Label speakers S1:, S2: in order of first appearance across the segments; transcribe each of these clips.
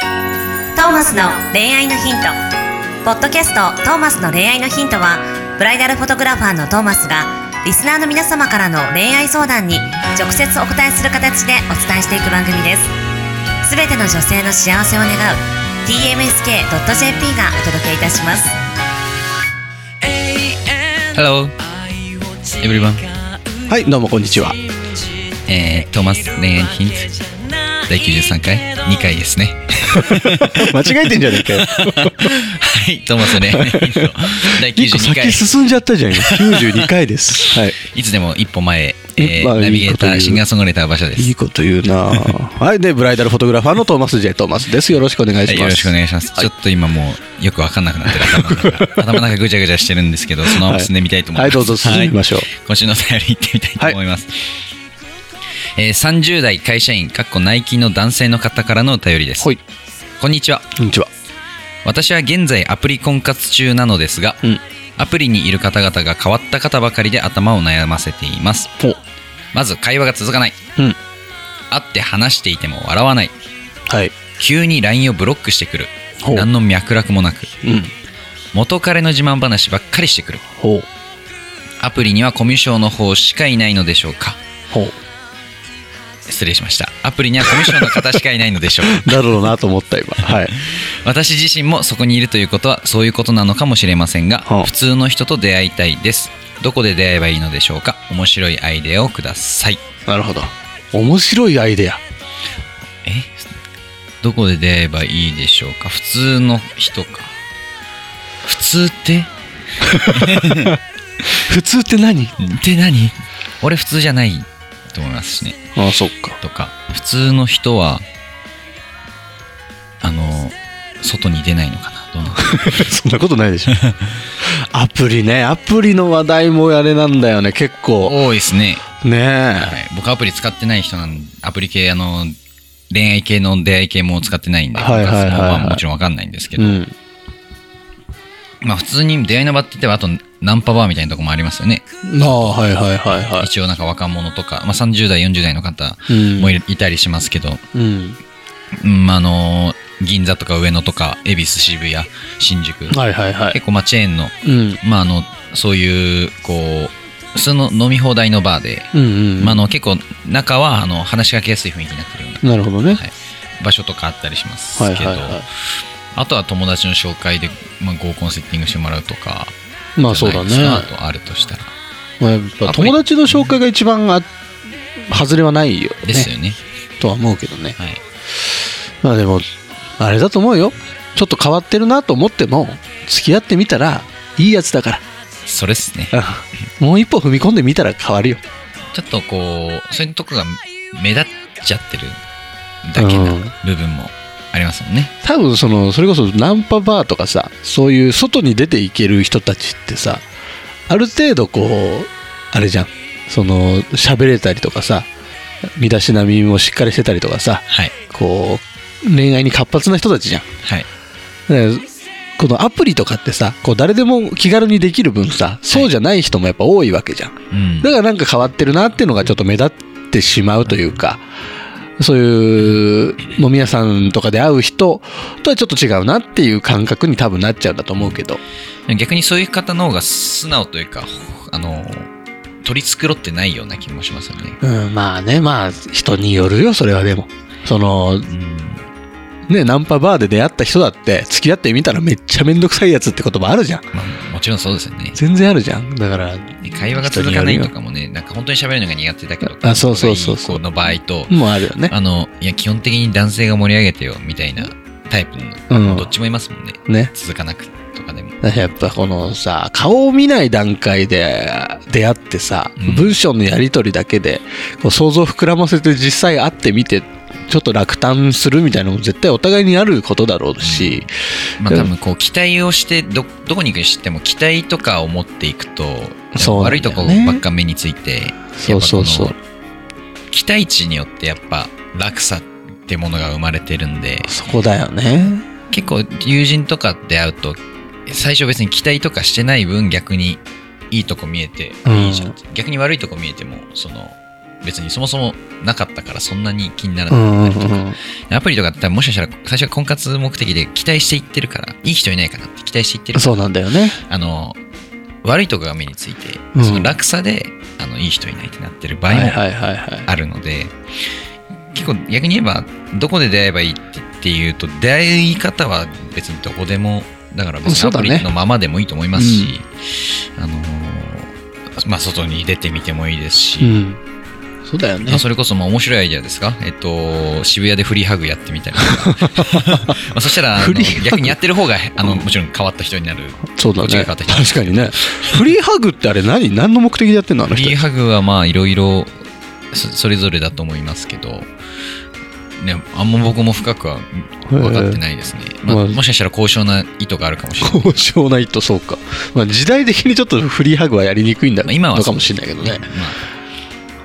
S1: トーマスの恋愛のヒント」ポッドキャスト「トーマスの恋愛のヒントは」ブライダルフォトグラファーのトーマスがリスナーの皆様からの恋愛相談に直接お答えする形でお伝えしていく番組ですすべての女性の幸せを願う tmsk.jp がお届けいたします
S2: Hello, everyone.
S3: はい、どうもこんにちは。
S2: えー、トーマス恋愛ヒント第93回2回ですね。
S3: 間違えてんじゃねえか よ。
S2: はい、トーマス恋愛ヒント第
S3: 一個
S2: 92回
S3: 先。進んじゃったじゃん。92回です。 はい。
S2: いつでも一歩前へ、え
S3: え
S2: ー
S3: まあ
S2: ナビゲータ
S3: いいこと言
S2: ー、
S3: う
S2: シンガーソングライター馬車で
S3: い
S2: す
S3: い。こと言うなはい、で、ブライダルフォトグラファーのトーマス J. トーマスです。よろしくお願いします。
S2: はい、よろしくお願いします。ちょっと今もうよくわかんなくなってる頭の中。頭の中ぐちゃぐちゃしてるんで すけど、そのまま進んでみたいと思います。
S3: はい、どうぞ進みましょう。
S2: 今週のお便り行ってみたいと思います、えー30代会社員かっこ内勤の男性の方からのお便りです、
S3: はい
S2: こんにちは
S3: こんにちは。
S2: 私は現在アプリ婚活中なのですが、
S3: うん
S2: アプリにいる方々が変わった方ばかりで頭を悩ませています
S3: お
S2: まず会話が続かない
S3: うん。
S2: 会って話していても笑わない
S3: はい。
S2: 急に LINE をブロックしてくる
S3: ほう
S2: 何の脈絡もなく
S3: うん。
S2: 元彼の自慢話ばっかりしてくる
S3: ほう。
S2: アプリにはコミュ障の方しかいないのでしょうか
S3: ほう。
S2: 失礼しましたアプリにはコミュ障の方しかいないのでし ょう
S3: だろうなと思った今。はい。
S2: 私自身もそこにいるということはそういうことなのかもしれませんが、
S3: はあ
S2: 普通の人と出会いたいですどこで出会えばいいのでしょうか面白いアイデアをください
S3: なるほど。面白いアイデア。
S2: えどこで出会えばいいでしょうか普通の人か普通って
S3: 普通って何
S2: って何俺普通じゃないと思いますしね
S3: ああ、そっか。
S2: とか普通の人はあの外に出ないのかなどうなのかな
S3: そんなことないでしょ。アプリね、アプリの話題もあれなんだよね、結構。
S2: 多いですね
S3: ねえ。
S2: はい、僕アプリ使ってない人なんアプリ系あの恋愛系の出会い系も使ってないんで、
S3: はいはいはいはい
S2: 僕はそのまあもちろんわかんないんですけど、
S3: うん。
S2: まあ普通に出会いの場って言ってはあとナンパバーみたいなとこもありますよね、
S3: ああ、はいはいはいはい。
S2: 一応なんか若者とか、まあ、30代40代の方
S3: うん
S2: もい,、たりしますけど、
S3: うん。
S2: うん、あの銀座とか上野とか恵比寿渋谷新宿、
S3: はいはいはい。
S2: 結構まあチェーンの,、
S3: うん。
S2: まあ、あのそういうこう普通の飲み放題のバーで、
S3: うんうん。
S2: まあ、あの結構中はあの話しかけやすい雰囲気になってるような
S3: なるほどね。
S2: はい場所とかあったりします
S3: はい
S2: け
S3: はい
S2: ど、
S3: は
S2: あとは友達の紹介で、まあ、合コンセッティングしてもらうとか
S3: い。まあそうだね
S2: じ。ゃないですかあとあるとしたら
S3: まあ、やっぱ友達の紹介が一番あ外れはないよ、ね。
S2: ですよね
S3: とは思うけどね。
S2: はい
S3: まあでも、あれだと思うよ。ちょっと変わってるなと思っても、付き合ってみたら、いいやつだから。
S2: それっすね
S3: もう一歩踏み込んでみたら変わるよ。
S2: ちょっとこうそういうとこが目立っちゃってるだけな
S3: うん
S2: 部分もありますもんね、
S3: 多分そのそれこそナンパバーとかさそういう外に出ていける人たちってさある程度こうあれじゃんその喋れたりとかさ身だしなみもしっかりしてたりとかさ
S2: はい
S3: こう恋愛に活発な人たちじゃん
S2: はい
S3: だからこのアプリとかってさこう誰でも気軽にできる分さそうじゃない人もやっぱ多いわけじゃん
S2: うん
S3: だからなんか変わってるなっていうのがちょっと目立ってしまうというか、そういう飲み屋さんとかで会う人とはちょっと違うなっていう感覚に多分なっちゃうんだと思うけど。
S2: 逆にそういう方の方が素直というかあの取り繕ってないような気もしますよね
S3: うん、まあね、まあ人によるよ、それはでも。その、
S2: うん
S3: ね、ナンパバーで出会った人だって付き合ってみたらめっちゃめんどくさいやつって言葉あるじゃん。
S2: まあ、もちろんそうですよね
S3: 全然あるじゃん。だから、
S2: 会話が続かないとかもね、なんか本当に喋るのが苦手だけど、
S3: あそうそうそうそう
S2: この場合と、
S3: もうあるよね。
S2: あの、いや、基本的に男性が盛り上げてよ、みたいなタイプ
S3: う
S2: の、
S3: ん
S2: どっちもいますもんね。
S3: ね。
S2: 続かなくとかでも。
S3: やっぱこのさ顔を見ない段階で出会ってさ、
S2: うん
S3: 文章のやり取りだけでこう想像膨らませて実際会ってみてちょっと落胆するみたいなのも絶対お互いにあることだろうし、
S2: まあ
S3: うん
S2: 多分こう、期待をして、ど、どこに行くにしても、期待とかを持っていくと、
S3: そうなんだよね
S2: 悪いとこばっか目について、
S3: そうそうそう
S2: やっぱこの期待値によってやっぱ落差ってものが生まれてるんで、
S3: そこだよね
S2: 結構友人とかって会うと最初別に期待とかしてない分逆にいいとこ見えて
S3: うん
S2: いいじゃんって、逆に悪いとこ見えてもその別にそもそもなかったからそんなに気になら
S3: うん
S2: なかった
S3: う
S2: りとか、
S3: ん
S2: アプリとかって多分もしかしたら最初は婚活目的で期待していってるからいい人いないかなって期待していって
S3: うん
S2: るか
S3: そ
S2: ら
S3: うなんだよね
S2: あの悪いとこが目について、
S3: うん
S2: その落差であのいい人いないってなってる場
S3: は
S2: 合
S3: い
S2: も
S3: はいはいはい
S2: あるので、結構逆に言えばどこで出会えばいいってっていうと出会い方は別にどこでもだから別
S3: そ
S2: に
S3: うだ
S2: アプ
S3: ね
S2: リのままでもいいと思いますし、あのーまあ、外に出てみてもいいですし、
S3: うんそうだよね
S2: まあ、それこそまあ面白いアイデアですか、えっと、渋谷でフリーハグやってみたりと かまあそしたらあの
S3: フリーハグ
S2: 逆にやってる方があのもちろん変わった人になる
S3: そうだ
S2: こっちが
S3: ね
S2: 変わった
S3: 確
S2: 人
S3: かにねフリーハグってあれ何何の目的でやってんのあ
S2: フ
S3: の人
S2: リーハグはまあいろいろそそれぞれだと思いますけど、ね、あんま僕も深くは分かってないですね、
S3: え
S2: まあ
S3: まあ
S2: もしかしたら高尚な意図があるかもしれない、
S3: 交渉ないとそうか、まあ、時代的にちょっとフリーハグはやりにくいんだ
S2: まあ、今は
S3: の
S2: そ
S3: か
S2: う
S3: も
S2: で
S3: し
S2: す
S3: れないけどね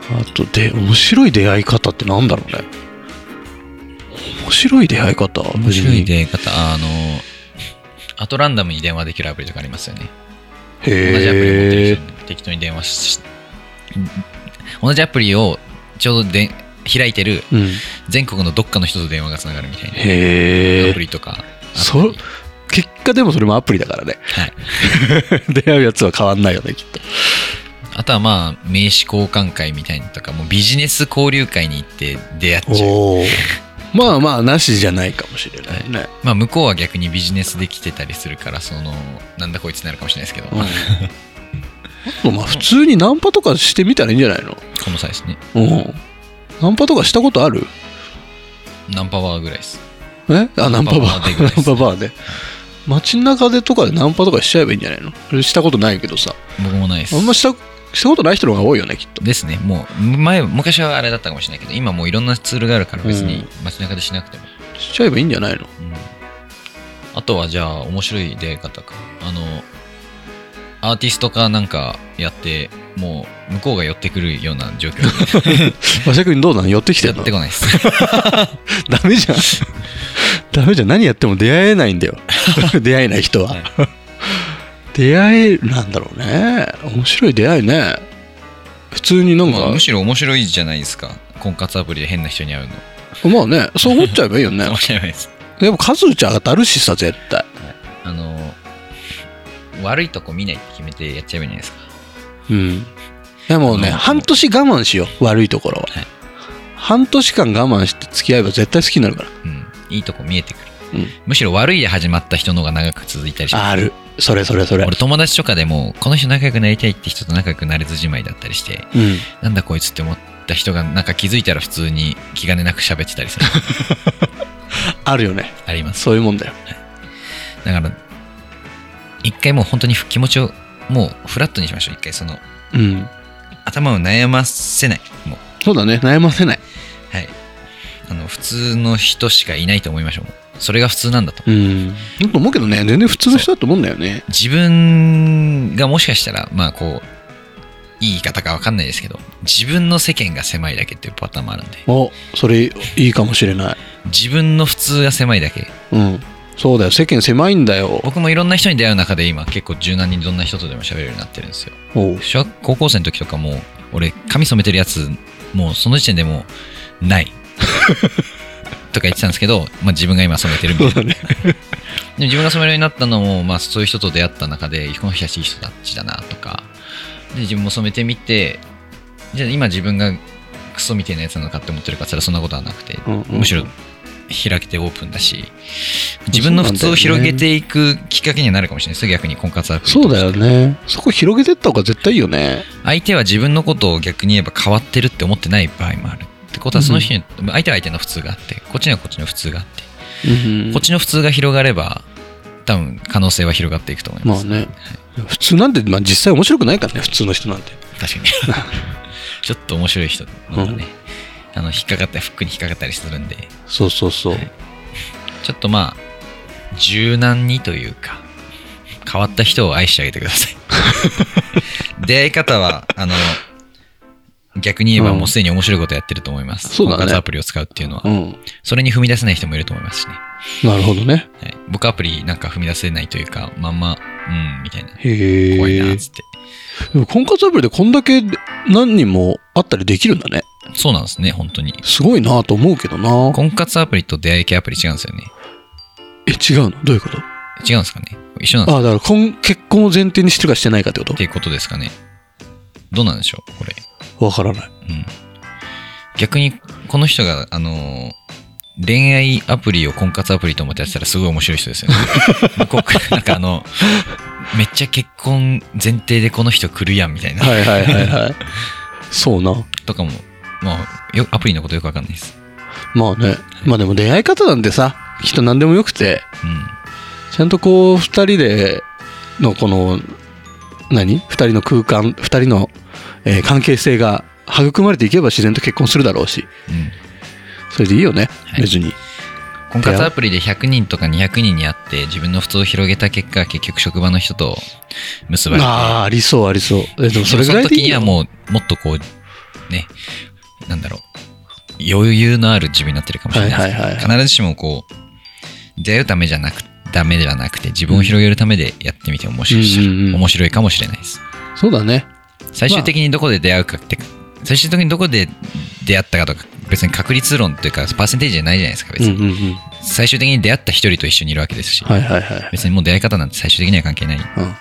S2: ま
S3: あとで面白い出会い方ってなんだろうね面白い出会い方
S2: あ、面白い出会い方あのアトランダムに電話できるアプリとかありますよね
S3: 別に
S2: 同じアプリ持って
S3: へ
S2: る
S3: え
S2: 人に適当に電話し同じアプリをちょうどで開いてる
S3: うん
S2: 全国のどっかの人と電話がつながるみたいな
S3: へ
S2: ア
S3: え
S2: プリとか
S3: そ結果でもそれもアプリだからね
S2: はい、
S3: 出会うやつは変わんないよねきっと
S2: あとはまあ名刺交換会みたいなのとかもうビジネス交流会に行って出会っちゃう
S3: おまあまあなしじゃないかもしれないね、
S2: まあ向こうは逆にビジネスで来てたりするからそのなんだこいつになるかもしれないですけど、
S3: うん、あとまあ普通にナンパとかしてみたらいいんじゃないの
S2: この際ですね
S3: うんナンパとかしたことある
S2: ナンパワーぐらいです
S3: えあナンパバ
S2: ナンパバーで
S3: ー
S2: ぐ
S3: ナ
S2: らいで
S3: ン
S2: す
S3: パバーで街中でとかでナンパとかしちゃえばいいんじゃないのそれしたことないけどさ
S2: 僕もないです
S3: あんましたしたことない人の方が多いよねきっと
S2: ですねもう前昔はあれだったかもしれないけど今もういろんなツールがあるから別
S3: う
S2: に
S3: ん
S2: 街中でしなくても、
S3: しちゃえばいいんじゃないの
S2: うんあとはじゃあ面白い出会い方かあのアーティストかなんかやってもう向こうが寄ってくるような状況に
S3: 和く君どうなの寄ってきて
S2: や
S3: んの
S2: ってこないです
S3: ダメじゃんダメじゃん何やっても出会えないんだ よ出会えない人は、
S2: はい
S3: 出会えなんだろうね面白い出会いね普通になん
S2: ま
S3: か
S2: あむしろ面白いじゃないですか婚活アプリで変な人に会うの
S3: まあねそう思っちゃえばいいよね
S2: 面白いです
S3: でも数打ち当たるしさ絶対
S2: あの悪いとこ見ないって決めてやっちゃえばいいんじゃないですか
S3: うんでもね
S2: あの
S3: 半年我慢しよう悪いところは、
S2: はい
S3: 半年間我慢して付き合えば絶対好きになるから
S2: うんいいとこ見えてくる、
S3: うん
S2: むしろ悪いで始まった人の方が長く続いたりします
S3: あるそれそれそれ
S2: 俺友達とかでもこの人仲良くなりたいって人と仲良くなれずじまいだったりして
S3: うん
S2: なんだこいつって思った人がなんか気づいたら普通に気兼ねなく喋ってたりする
S3: あるよね
S2: あります
S3: そういうもんだよ
S2: だから一回もう本当に気持ちをもうフラットにしましょう一回その
S3: うん
S2: 頭を悩ませないもう
S3: そうだね悩ませない
S2: はいあの普通の人しかいないと思いましょうもうそれが普通なんだと
S3: うんだと思うけどね全然普通の人だと思うんだよね
S2: 自分がもしかしたらまあこういい言い方かわかんないですけど自分の世間が狭いだけっていうパターンもあるんで
S3: おそれいいかもしれない
S2: 自分の普通が狭いだけ
S3: うんそうだよ世間狭いんだよ
S2: 僕もいろんな人に出会う中で今結構柔軟にどんな人とでも喋るようになってるんですよ
S3: おう
S2: 小学高校生の時とかもう俺髪染めてるやつもうその時点でもうない とか言ってたんですけど、まあ、自分が今染めてるみた
S3: だ
S2: いな
S3: ね
S2: でも自分が染めるようになったのも、まあ、そういう人と出会った中でこの人たちいい人たちだなとかで自分も染めてみてじゃあ今自分がクソみたいなやつなのかって思ってるかって言ったらそんなことはなくて、
S3: うんうん
S2: むしろ開けてオープンだし自分の普通を広げていくきっかけにはなるかもしれないです逆に婚活アプリと
S3: そう
S2: して
S3: だよねそこ広げてった方が絶対いいよね
S2: 相手は自分のことを逆に言えば変わってるって思ってない場合もあるってことはその人に、相手は相手の普通があってこっちにはこっちの普通があって
S3: うん
S2: こっちの普通が広がれば多分可能性は広がっていくと思いま、
S3: ますあね普通なんて、まあ、実際面白くないからね普通の人なんて
S2: 確か にちょっと面白い人のがね、あの引っかかったりフックに引っかかったりするんで
S3: そうそうそう、
S2: はいちょっとまあ柔軟にというか変わった人を愛してあげてく ださい出会い方はあの逆に言えば
S3: うん
S2: もうすでに面白いことやってると思います、
S3: そうだね
S2: 婚活アプリを使うっていうのは、
S3: うん
S2: それに踏み出せない人もいると思いますしね、
S3: なるほどね
S2: はい、僕アプリなんか踏み出せないというかまんまうんみたいな
S3: へえ
S2: 怖いなっつって、
S3: でも婚活アプリでこんだけ何人もあったりできるんだね
S2: そうなんですね、本当に。
S3: すごいなと思うけどな
S2: 婚活アプリと出会い系アプリ違うんですよね。
S3: え違うのどういうこと
S2: 違うんですかね一緒なんですか
S3: あだから婚結婚を前提にしてるかしてないかってこ
S2: っていうことですかねどうなんでしょうこれ。
S3: とわからない
S2: うん。逆に、この人が、あのー恋愛アプリを婚活アプリと思ってやってたらすごい面白い人ですよね。向こうからなんかあの、めっちゃ結婚前提でこの人来るやんみたいな。
S3: はいはいはいはい そうな
S2: とかも、まあ、よアプリのことよくわかんないです。
S3: まあねまあでも出会い方なんてさきっと何でもよくて
S2: うん。
S3: ちゃんとこう2人でのこの何2人の空間2人の、えー関係性が育まれていけば自然と結婚するだろうし
S2: うん。
S3: それでいいよね、
S2: はい
S3: 別に
S2: 婚活アプリで100人とか200人に会って自分の普通を広げた結果結局職場の人と結ばれて
S3: ああーありそうありそうえでもそれぐらい
S2: の
S3: でい
S2: 時
S3: い
S2: には
S3: よ
S2: もうもっとこうねなんだろう余裕のある自分になってるかもしれないです
S3: はいはいはい
S2: 必ずしもこう出会うためじゃなくダメではなくて自分を広げるためでやってみても面白いし、
S3: うんうんうん
S2: 面白いかもしれないです
S3: そうだね
S2: 最終的にどこで出会うかって、最終的にどこで出会ったかとか別に確率論というかパーセンテージじゃないじゃないですか別
S3: うん
S2: に、
S3: うんうん
S2: 最終的に出会った一人と一緒にいるわけですし、
S3: はいはいはい、
S2: 別にもう出会い方なんて最終的には関係ないっ
S3: うん、っ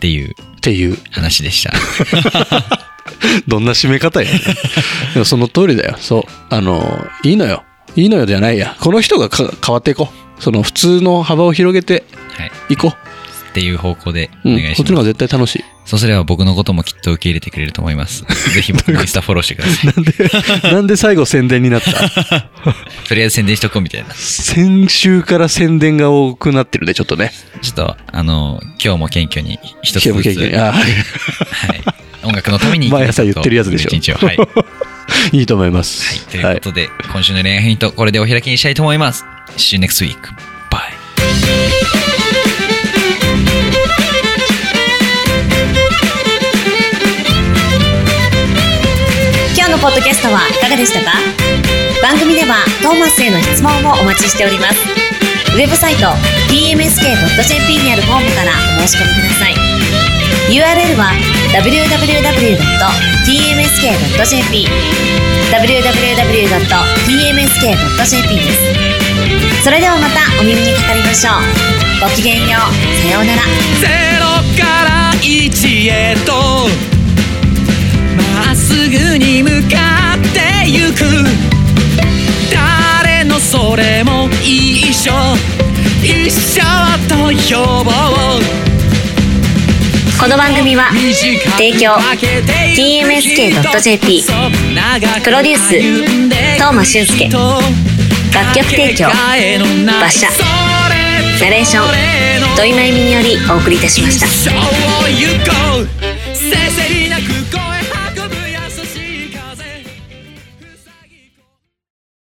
S3: て
S2: いう
S3: ていう
S2: 話 でした。
S3: どんな締め方や、ね、 でもその通りだよ。そう。あの、いいのよ。いいのよじゃないや。この人がか変わっていこう。その普通の幅を広げて
S2: はい、
S3: いこ
S2: っていう方向で
S3: う。
S2: お
S3: うん。
S2: 願
S3: こ
S2: い
S3: っ
S2: し
S3: ち
S2: ます。
S3: の方が絶対楽しい。
S2: そうすれば僕のこともきっと受け入れてくれると思 います。ぜひ僕のインスタフォローしてください。
S3: なんで最後宣伝になった
S2: とりあえず宣伝しとこうみたいな。
S3: 先週から宣伝が多くなってるで、ちょっとね。
S2: ちょっと、あの、今日も謙虚に一つ
S3: ケーブ
S2: ず
S3: ル
S2: つ
S3: 経、験。ああ、
S2: はい、音楽のために
S3: 毎朝言ってるやつでしょ
S2: 一 日を。はい。はい
S3: いいと思います。
S2: ということで、今週の恋愛ヒント、これでお開きにしたいと思います。See you next week. Bye.
S1: 「今日のポッドキャストはいかがでしたか番組ではトーマスへの質問もお待ちしておりますウェブサイト tmsk.jp にあるフォームからお申し込みください URL は www.tmsk.jp www.tmsk.jp ですそれではまたお耳にかかりましょうごきげんようさようなら
S4: ゼロから一へとまっすぐに向かってゆく誰のそれも一緒一緒と呼ぼう
S1: この番組は提供 TMSK.jp プロデュース東間俊介楽曲提供
S4: 馬
S1: 馬車ナレーション土井真由美によりお送りいたしました
S4: た